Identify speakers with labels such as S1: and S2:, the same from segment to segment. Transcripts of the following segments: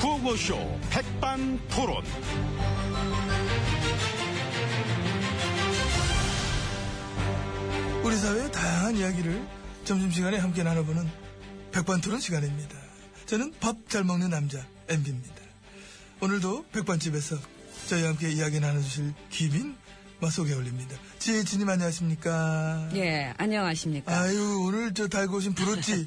S1: 구호쇼 백반토론.
S2: 우리 사회의 다양한 이야기를 점심시간에 함께 나눠보는 백반토론 시간입니다. 저는 밥 잘 먹는 남자 MB입니다. 오늘도 백반집에서 저희와 함께 이야기 나눠주실 귀빈 마 소개 올립니다. 지혜진님 안녕하십니까?
S3: 예, 안녕하십니까.
S2: 아유 오늘 저 달고 오신 브로치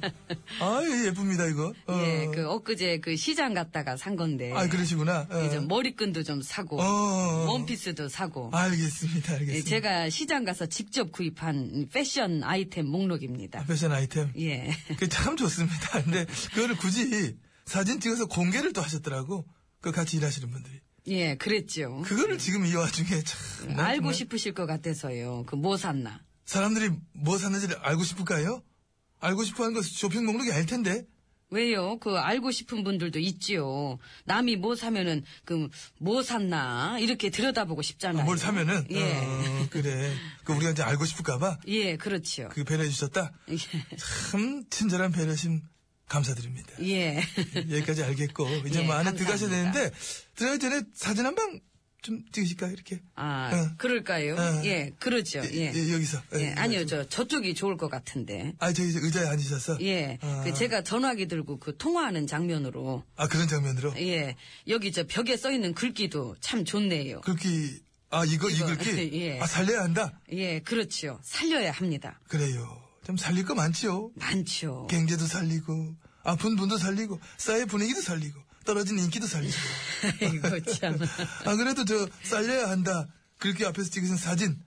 S2: 아유 예쁩니다 이거. 어.
S3: 예, 그 엊그제 그 시장 갔다가 산 건데.
S2: 아 그러시구나. 어.
S3: 이제 머리끈도 좀 사고,
S2: 어.
S3: 원피스도 사고.
S2: 알겠습니다,
S3: 예,
S2: 알겠습니다.
S3: 제가 시장 가서 직접 구입한 패션 아이템 목록입니다.
S2: 패션 아이템.
S3: 예.
S2: 그게 참 좋습니다. 근데 그거를 굳이 사진 찍어서 공개를 또 하셨더라고. 그 같이 일하시는 분들이.
S3: 예, 그랬죠.
S2: 그거를 네, 지금 이 와중에 참. 난
S3: 알고
S2: 정말
S3: 싶으실 것 같아서요. 그 뭐 샀나.
S2: 사람들이 뭐 샀는지를 알고 싶을까요? 알고 싶어 하는 것은 쇼핑 목록이 아닐 텐데.
S3: 왜요? 그 알고 싶은 분들도 있지요. 남이 뭐 사면은 그 뭐 샀나 이렇게 들여다보고 싶잖아요.
S2: 아, 뭘 사면은.
S3: 예.
S2: 어, 그래. 그 우리가 이제 알고 싶을까봐
S3: 예, 그렇죠.
S2: 그 배려해 주셨다. 참 친절한 배려심 감사드립니다.
S3: 예.
S2: 여기까지 알겠고 이제
S3: 예,
S2: 뭐 안에
S3: 감사합니다.
S2: 들어가셔야 되는데 들어가기 전에 사진 한 방 좀 찍으실까요 이렇게?
S3: 아,
S2: 어.
S3: 그럴까요?
S2: 어.
S3: 예, 그러죠. 예.
S2: 예, 여기서.
S3: 예,
S2: 예,
S3: 아니요, 저, 저쪽이 좋을 것 같은데.
S2: 아 저기 이제 의자에 앉으셔서.
S3: 예,
S2: 아,
S3: 그 제가 전화기 들고 그 통화하는 장면으로,
S2: 아, 그런 장면으로
S3: 예, 여기 저 벽에 써 있는 글귀도 참 좋네요.
S2: 글귀 아 이거 이
S3: 이거,
S2: 글귀
S3: 예.
S2: 아 살려야 한다.
S3: 예, 그렇죠. 살려야 합니다.
S2: 그래요. 좀 살릴 거 많지요.
S3: 많죠.
S2: 경제도 살리고 아픈 분도 살리고 사회 분위기도 살리고 떨어진 인기도 살리고. 그
S3: 이거 참.
S2: 아 그래도 저 살려야 한다. 글귀 앞에서 찍으신 사진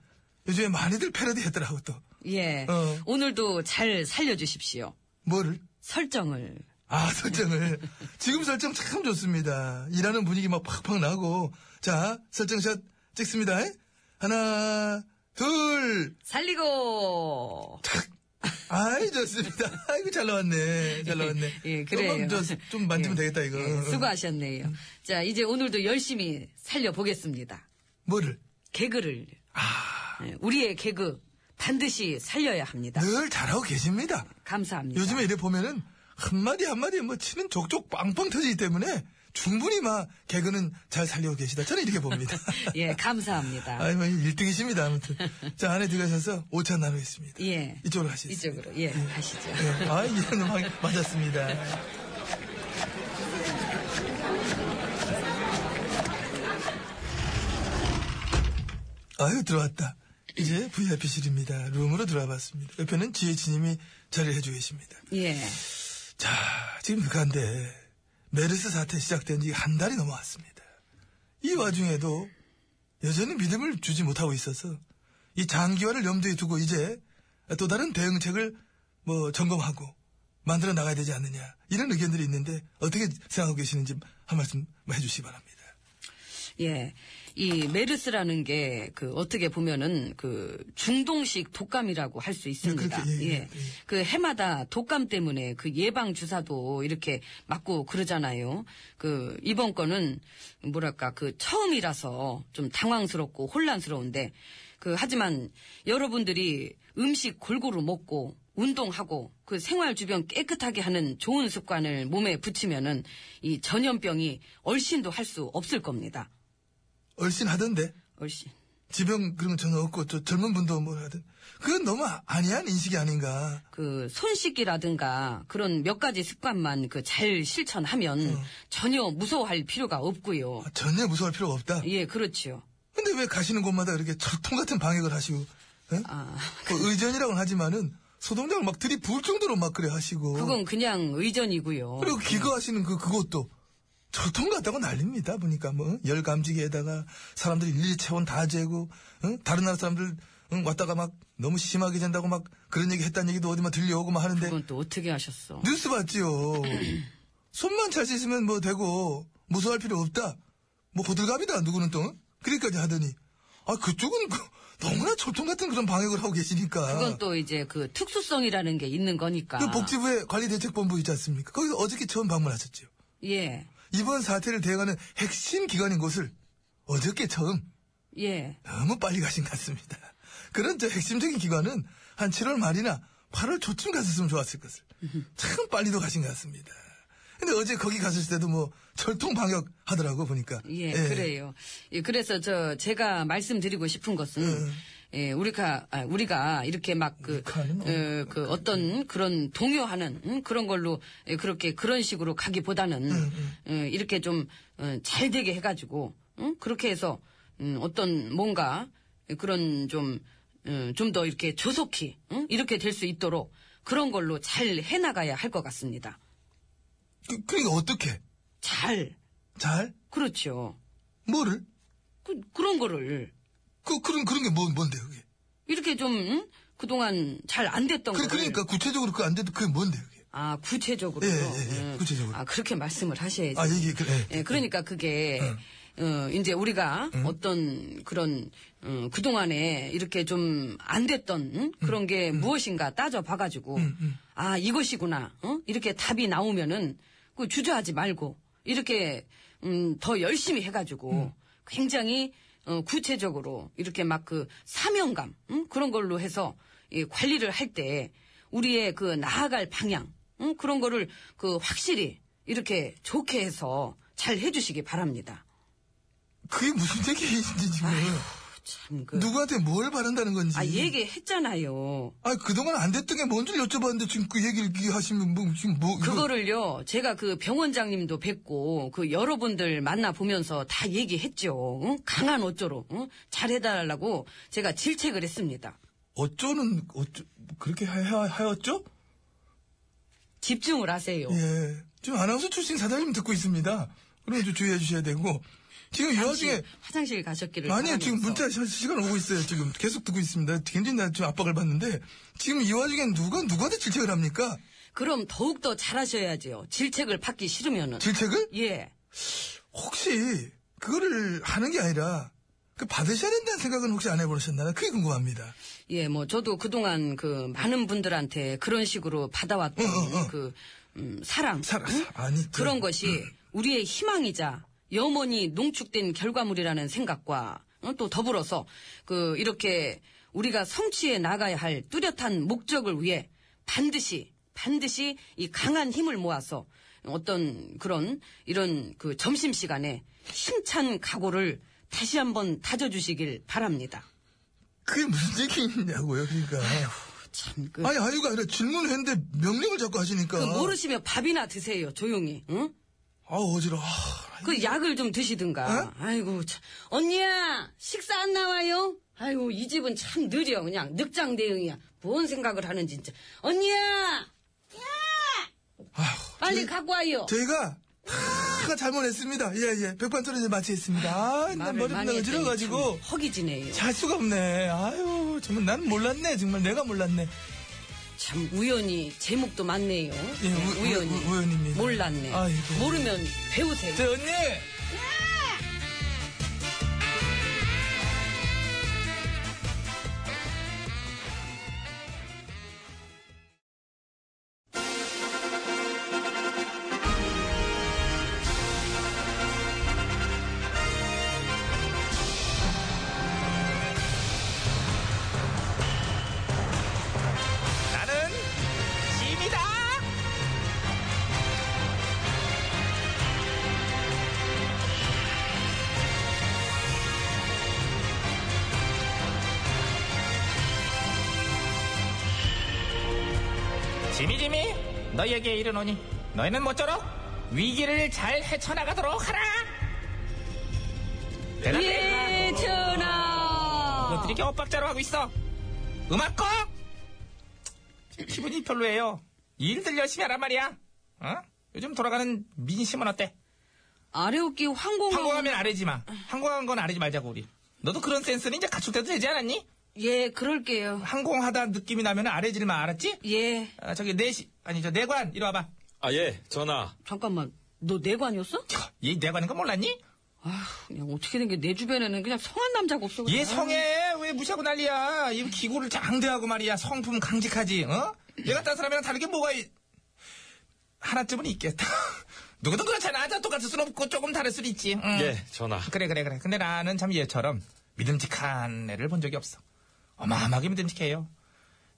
S2: 요즘에 많이들 패러디했더라고 또
S3: 예,
S2: 어.
S3: 오늘도 잘 살려주십시오.
S2: 뭐를.
S3: 설정을.
S2: 아, 설정을. 지금 설정 참 좋습니다. 일하는 분위기 막 팍팍 나고. 자, 설정샷 찍습니다. 하나, 둘,
S3: 살리고!
S2: 아이, 좋습니다. 아이고, 잘 나왔네. 잘 나왔네.
S3: 예, 그래요.
S2: 조금 저, 좀 만지면
S3: 예,
S2: 되겠다, 이거.
S3: 예, 수고하셨네요. 자, 이제 오늘도 열심히 살려보겠습니다.
S2: 뭐를? 아,
S3: 개그를 예, 우리의 개그 반드시 살려야 합니다.
S2: 늘 잘하고 계십니다.
S3: 감사합니다.
S2: 요즘에 이래 보면은, 한마디 한마디 뭐 치는 족족 빵빵 터지기 때문에 충분히 막 개그는 잘 살리고 계시다. 저는 이렇게 봅니다.
S3: 예 감사합니다.
S2: 아니, 뭐, 1등이십니다, 아무튼. 자, 안에 들어가셔서 오차 나누겠습니다.
S3: 예.
S2: 이쪽으로 가시겠습니다.
S3: 이쪽으로 예 가시죠.
S2: 예. 아, 이런 음악 맞았습니다. 아유, 들어왔다. 이제 VIP실입니다. 룸으로 들어와 봤습니다. 옆에는 지혜진님이 자리를 해주고 계십니다.
S3: 예
S2: 자, 지금 그 북한데 메르스 사태 시작된 지 한 달이 넘어왔습니다. 이 와중에도 여전히 믿음을 주지 못하고 있어서 이 장기화를 염두에 두고 이제 또 다른 대응책을 뭐 점검하고 만들어 나가야 되지 않느냐 이런 의견들이 있는데 어떻게 생각하고 계시는지 한 말씀 뭐 해주시기 바랍니다.
S3: 예. 이 메르스라는 게 그 어떻게 보면은 그 중동식 독감이라고 할 수 있습니다.
S2: 그렇게, 예, 예, 예.
S3: 그 해마다 독감 때문에 그 예방 주사도 이렇게 맞고 그러잖아요. 그 이번 거는 뭐랄까 그 처음이라서 좀 당황스럽고 혼란스러운데 그 하지만 여러분들이 음식 골고루 먹고 운동하고 그 생활 주변 깨끗하게 하는 좋은 습관을 몸에 붙이면은 이 전염병이 얼씬도 할 수 없을 겁니다.
S2: 얼씬 하던데
S3: 얼씬.
S2: 지병 그런 건 전혀 없고 저 젊은 분도 뭐 하든 그건 너무 아니한 인식이 아닌가
S3: 그 손씻기라든가 그런 몇 가지 습관만 그 잘 실천하면
S2: 음.
S3: 전혀 무서워할 필요가 없고요.
S2: 아, 전혀 무서워할 필요가 없다.
S3: 예, 그렇죠.
S2: 근데 왜 가시는 곳마다 이렇게 철통 같은 방역을 하시고, 예?
S3: 아,
S2: 그 의전이라고는 하지만은 소독약을 막 들이 부을 정도로 막 그래 하시고.
S3: 그건 그냥 의전이고요.
S2: 어. 그리고 기거하시는 그, 그것도 철통 같다고 난립니다. 보니까 뭐, 열 감지기에다가 사람들이 일일 체온 다 재고, 응? 다른 나라 사람들 응, 왔다가 막 너무 심하게 잔다고 막 그런 얘기 했다는 얘기도 어디 막 들려오고 막 하는데. 네.
S3: 그건 또 어떻게 하셨어?
S2: 뉴스 봤지요. 손만 잘 씻으면 뭐 되고 무서워할 필요 없다. 뭐 호들갑이다 누구는 또 그리까지 하더니 아 그쪽은 그- 너무나 철통 같은 그런 방역을 하고 계시니까.
S3: 그건 또 아. 이제 그 특수성이라는 게 있는 거니까.
S2: 그 복지부의 관리대책본부 있지 않습니까? 거기서 어저께 처음 방문하셨지요.
S3: 예,
S2: 이번 사태를 대응하는 핵심 기관인 곳을 어저께 처음
S3: 예.
S2: 너무 빨리 가신 것 같습니다. 그런 저 핵심적인 기관은 한 7월 말이나 8월 초쯤 갔었으면 좋았을 것을. 참 빨리도 가신 것 같습니다. 근데 어제 거기 갔을 때도 뭐 철통 방역 하더라고 보니까.
S3: 예, 그래요. 예, 그래서 저 제가 말씀드리고 싶은 것은 예, 우리가 아, 우리가 이렇게 막그
S2: 우리가는
S3: 어, 그 어떤 그런 동요하는 음, 그런 걸로 예, 그렇게 그런 식으로 가기보다는 어, 이렇게 좀 어, 잘 되게 해가지고 응? 그렇게 해서 음, 어떤 뭔가 그런 좀 어, 좀 더 이렇게 조속히 응? 이렇게 될 수 있도록 그런 걸로 잘 해나가야 할 것 같습니다.
S2: 그, 그러니까 어떻게?
S3: 잘
S2: 잘?
S3: 그렇죠.
S2: 뭐를?
S3: 그, 그런 거를
S2: 그 그런 그런 게 뭐, 뭔데 그게?
S3: 이렇게 좀 응? 그동안 잘 안 됐던
S2: 그,
S3: 거를
S2: 그러니까 구체적으로 그 안 돼도 그게 뭔데 그게?
S3: 아 구체적으로요.
S2: 예, 예, 예.
S3: 음.
S2: 구체적으로.
S3: 아 그렇게 말씀을 하셔야지.
S2: 아 이게 그래.
S3: 예, 그러니까 그게 어, 이제 우리가 어떤 그런 어, 그 동안에 이렇게 좀 안 됐던 응? 그런 게 무엇인가 따져 봐가지고 아 이것이구나 어? 이렇게 답이 나오면은 그 주저하지 말고 이렇게 음, 더 열심히 해가지고 굉장히 어, 구체적으로 이렇게 막 그 사명감 응? 그런 걸로 해서 이 관리를 할 때 우리의 그 나아갈 방향 응? 그런 거를 그 확실히 이렇게 좋게 해서 잘 해주시기 바랍니다.
S2: 그게 무슨 얘기인지 지금
S3: 참 그.
S2: 누구한테 뭘 바란다는 건지.
S3: 아 얘기했잖아요.
S2: 아 그동안 안 됐던 게 뭔지를 여쭤봤는데 지금 그 얘기를 이렇게 하시면 뭐 지금 뭐 이거-
S3: 그거를요, 제가 그 병원장님도 뵙고, 그 여러분들 만나보면서 다 얘기했죠. 응? 강한 어쩌로, 응? 잘 해달라고 제가 질책을 했습니다.
S2: 어쩌는 어쩌 그렇게 하, 하, 하였죠?
S3: 집중을 하세요.
S2: 예. 지금 아나운서 출신 사장님 듣고 있습니다. 그럼 좀 주의해 주셔야 되고 지금 이
S3: 잠시
S2: 와중에
S3: 화장실 가셨기를.
S2: 아니요 지금
S3: 바라면서.
S2: 문자 시- 시간 오고 있어요 지금 계속 듣고 있습니다. 굉장히 나 지금 압박을 받는데 지금 이 와중에 누가 누구한테 질책을 합니까?
S3: 그럼 더욱더 잘하셔야지요. 질책을 받기 싫으면은.
S2: 질책을
S3: 예.
S2: 혹시 그거를 하는 게 아니라 그 받으셔야 된다는 생각은 혹시 안 해보셨나요? 그게 궁금합니다.
S3: 예, 뭐 저도 그동안 그 많은 분들한테 그런 식으로 받아왔던 그 음, 사랑, 네.
S2: 사-
S3: 응?
S2: 사- 아니, 저-
S3: 그런 것이 우리의 희망이자 염원이 농축된 결과물이라는 생각과 어, 또 더불어서 그 이렇게 우리가 성취해 나가야 할 뚜렷한 목적을 위해 반드시 반드시 이 강한 힘을 모아서 어떤 그런 이런 그 점심 시간에 힘찬 각오를 다시 한번 다져주시길 바랍니다.
S2: 그게 무슨 얘기냐고요 그러니까.
S3: 참 그.
S2: 아니 아유가 아니라 질문했는데 명령을 자꾸 하시니까.
S3: 그 모르시면 밥이나 드세요, 조용히. 응?
S2: 아 어지러워. 아,
S3: 그 약을 좀
S2: 어?
S3: 드시든가. 아이고, 참. 언니야, 식사 안 나와요? 아이고, 이 집은 참 느려. 그냥 늑장 대응이야. 뭔 생각을 하는지 진짜. 언니야,
S2: 아휴.
S3: 빨리 갖고 와요.
S2: 저희가 가 잘못했습니다. 예, 예. 백반 소리 이제 마치겠습니다. 아, 난 머리
S3: 많이
S2: 분명히
S3: 했더니
S2: 지려가지고.
S3: 참 허기지네요.
S2: 잘 수가 없네. 아유, 정말 난 몰랐네. 정말 내가 몰랐네.
S3: 참 우연히 제목도 많네요.
S2: 예, 우- 우-
S3: 우연히.
S2: 우- 우연입니다.
S3: 몰랐네.
S2: 아이고.
S3: 모르면 배우세요.
S2: 저 언니!
S1: 나는 짐이다. 짐이 짐이 너희에게 이르노니 너희는 모쪼록 위기를 잘 헤쳐나가도록 하라. 대단해.
S3: 예, 전하.
S1: 이렇게 엇박자로 하고 있어. 음악 꺼! 기분이 별로예요. 일들 열심히 하란 말이야. 어? 요즘 돌아가는 민심은 어때?
S3: 아래오끼 황공항.
S1: 항공하면 아래지 마. 항공한 건 아래지 말자고 우리. 너도 그런 센스는 이제 갖출 때도
S3: 네,
S1: 되지 않았니?
S3: 예, 그럴게요.
S1: 항공하다 느낌이 나면 아래질 마 알았지?
S3: 예.
S1: 아, 저기 내시 아니 저 내관 이리 와봐.
S4: 아, 예, 전화.
S3: 잠깐만, 너 내관이었어?
S1: 얘 내관인 거 몰랐니?
S3: 아휴, 그냥 어떻게 된 게 내 주변에는 그냥 성한 남자가 없어.
S1: 얘
S3: 그냥.
S1: 예, 성에 왜 무시하고 난리야. 이 기구를 장대하고 말이야. 성품 강직하지. 어? 얘 같은 사람이랑 다르게 뭐가 있... 하나쯤은 있겠다. 누구든 그렇잖아. 다 똑같을 순 없고 조금 다를 수도 있지. 응.
S4: 예,
S3: 네.
S4: 전화.
S1: 그래 그래 그래. 근데 나는 참 얘처럼 믿음직한 애를 본 적이 없어. 어마어마하게 믿음직해요.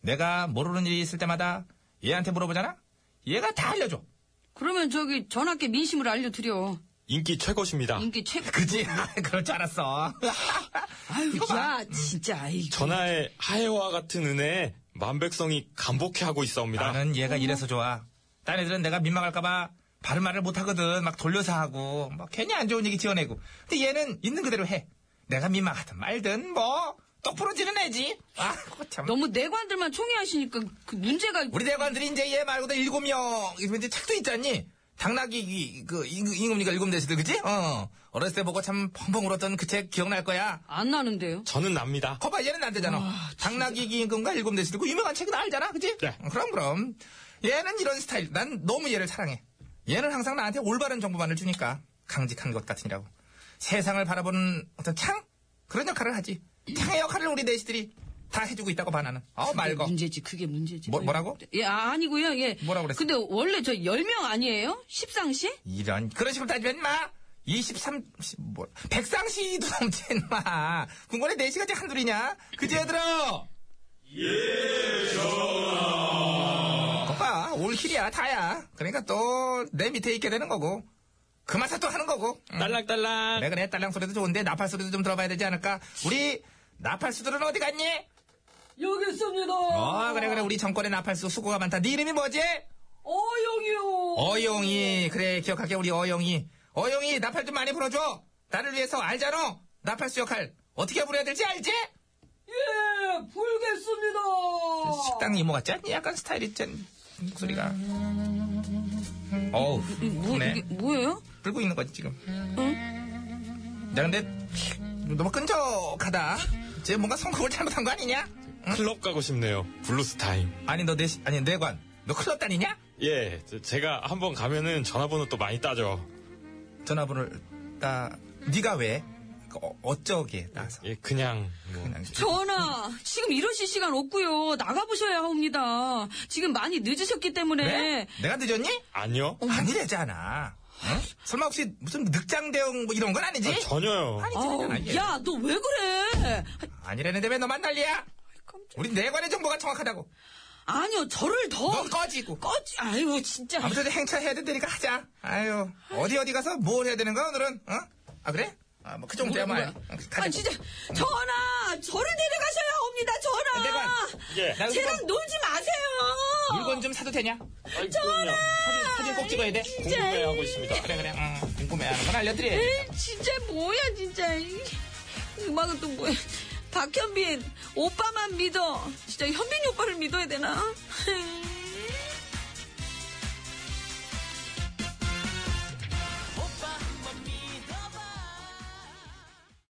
S1: 내가 모르는 일이 있을 때마다 얘한테 물어보잖아. 얘가 다 알려줘.
S3: 그러면 저기 전학계 민심을 알려드려.
S4: 인기 최고십니다.
S3: 인기 최고.
S2: 그지? 그럴 줄 알았어.
S3: 아유, 야,
S2: 음.
S3: 진짜, 아이.
S4: 전하의 하해와 같은 은혜에 만백성이 간복해 하고 있사옵니다.
S3: 아.
S2: 나는 얘가 이래서 좋아. 딴 애들은 내가 민망할까봐 바른 말을 못하거든. 막 돌려서 하고, 막 괜히 안 좋은 얘기 지어내고. 근데 얘는 있는 그대로 해. 내가 민망하든 말든 뭐 똑부러지는 애지. 아, 그거 참.
S3: 너무 내관들만 총애하시니까 그 문제가
S2: 우리 대관들이 이제 얘 말고도 일곱 명 이러면 이제 착도 있잖니. 당나귀 이- 그 임- 임금이가 일곱 대시들 그지? 어. 어렸을 때 보고 참 펑펑 울었던 그 책 기억날 거야.
S3: 안 나는데요.
S4: 저는 납니다.
S2: 거봐 얘는 안 되잖아. 당나귀 임금과 일곱 대시들 그 유명한 책은 알잖아, 그지?
S4: 네.
S2: 그럼 그럼. 얘는 이런 스타일. 난 너무 얘를 사랑해. 얘는 항상 나한테 올바른 정보만을 주니까 강직한 것 같으니라고. 세상을 바라보는 어떤 창 그런 역할을 하지. 창의 역할을 우리 내시들이 다 해주고 있다고 봐 나는. 어 말거.
S3: 문제지, 그게 문제지.
S2: 뭐- 뭐라고?
S3: 예, 아, 아니고요, 예.
S2: 뭐라고 그랬어?
S3: 근데 원래 저 10명 아니에요? 십상시?
S2: 이런 그런 식으로 따지면 마 23, 뭐, 백상시도 넘지, 마. 군권에 4시간째 한둘이냐? 그지, 얘들아? 예, 전하. 거봐, 올킬이야, 다야. 그러니까 또, 내 밑에 있게 되는 거고. 그 맛에 또 하는 거고.
S4: 딸랑딸랑.
S2: 그래, 그래, 딸랑 소리도 좋은데, 나팔 소리도 좀 들어봐야 되지 않을까? 우리, 나팔수들은 어디 갔니?
S3: 여기 있습니다.
S2: 어, 그래, 그래, 우리 정권의 나팔수 수고가 많다. 네 이름이 뭐지?
S3: 어, 어영이요.
S2: 어용이 그래 기억할게 우리 어용이 어용이 나팔 좀 많이 불어줘 나를 위해서 알잖아 나팔수 역할 어떻게 부려야 될지 알지?
S3: 예, 불겠습니다. 뭐,
S2: 식당 이모 뭐 같지 않니? 약간 스타일 있지 않니? 목소리가 어우
S3: 뭐, 이게
S2: 네
S3: 뭐예요?
S2: 불고 있는 거지 지금 야 근데 너무 끈적하다 쟤 뭔가 성공을 잘못한 거 아니냐?
S4: 클럽 가고 싶네요. 블루스 타임.
S2: 아니 너 내 아니 내관 너 클럽 다니냐?
S4: 예, 저- 제가 한번 가면은 전화번호 또 많이 따죠.
S2: 전화번호를 따 네가 왜? 어, 어쩌기에 따서
S4: 예, 그냥 뭐.
S2: 그냥
S3: 전하, 지금 이러실 시간 없고요. 나가보셔야 합니다. 지금 많이 늦으셨기 때문에.
S2: 왜? 네? 내가 늦었니?
S4: 아니요.
S3: 어,
S2: 아니래잖아. 응? 설마 혹시 무슨 늑장 대응 뭐 이런 건 아니지? 어,
S4: 아, 전혀요.
S3: 네? 아우,
S2: 아니잖아. 얘.
S3: 야, 너 왜 그래?
S2: 아니라는데 왜 너만 난리야? 우리 네 내관의 정보가 정확하다고.
S3: 아니요, 저를 더.
S2: 넌 꺼지고.
S3: 꺼지, 아유, 진짜.
S2: 아무튼 행차해야 된다니까 하자. 아유 어디 어디 가서 뭘 해야 되는 거야 오늘은? 어? 아 그래? 아 뭐 그 정도야 뭐.
S3: 뭐야, 뭐야.
S2: 가자.
S3: 아, 진짜. 전하, 저를 데려가셔야 합니다,
S2: 아,
S3: 전하.
S2: 내가-
S4: 예.
S2: 나
S3: 쟤랑
S2: 물건-
S3: 놀지 마세요.
S2: 네, 물건 좀 사도 되냐?
S4: 아이, 그럼요.
S2: 사진, 사진 꼭 찍어야 돼.
S4: 궁금해하고 있습니다.
S2: 그래 그래. 응, 궁금해하는 건 알려드려.
S3: 에이, 진짜 뭐야 진짜 이 음악은 또 뭐야 박현빈 오빠만 믿어 진짜 현빈이 오빠를 믿어야 되나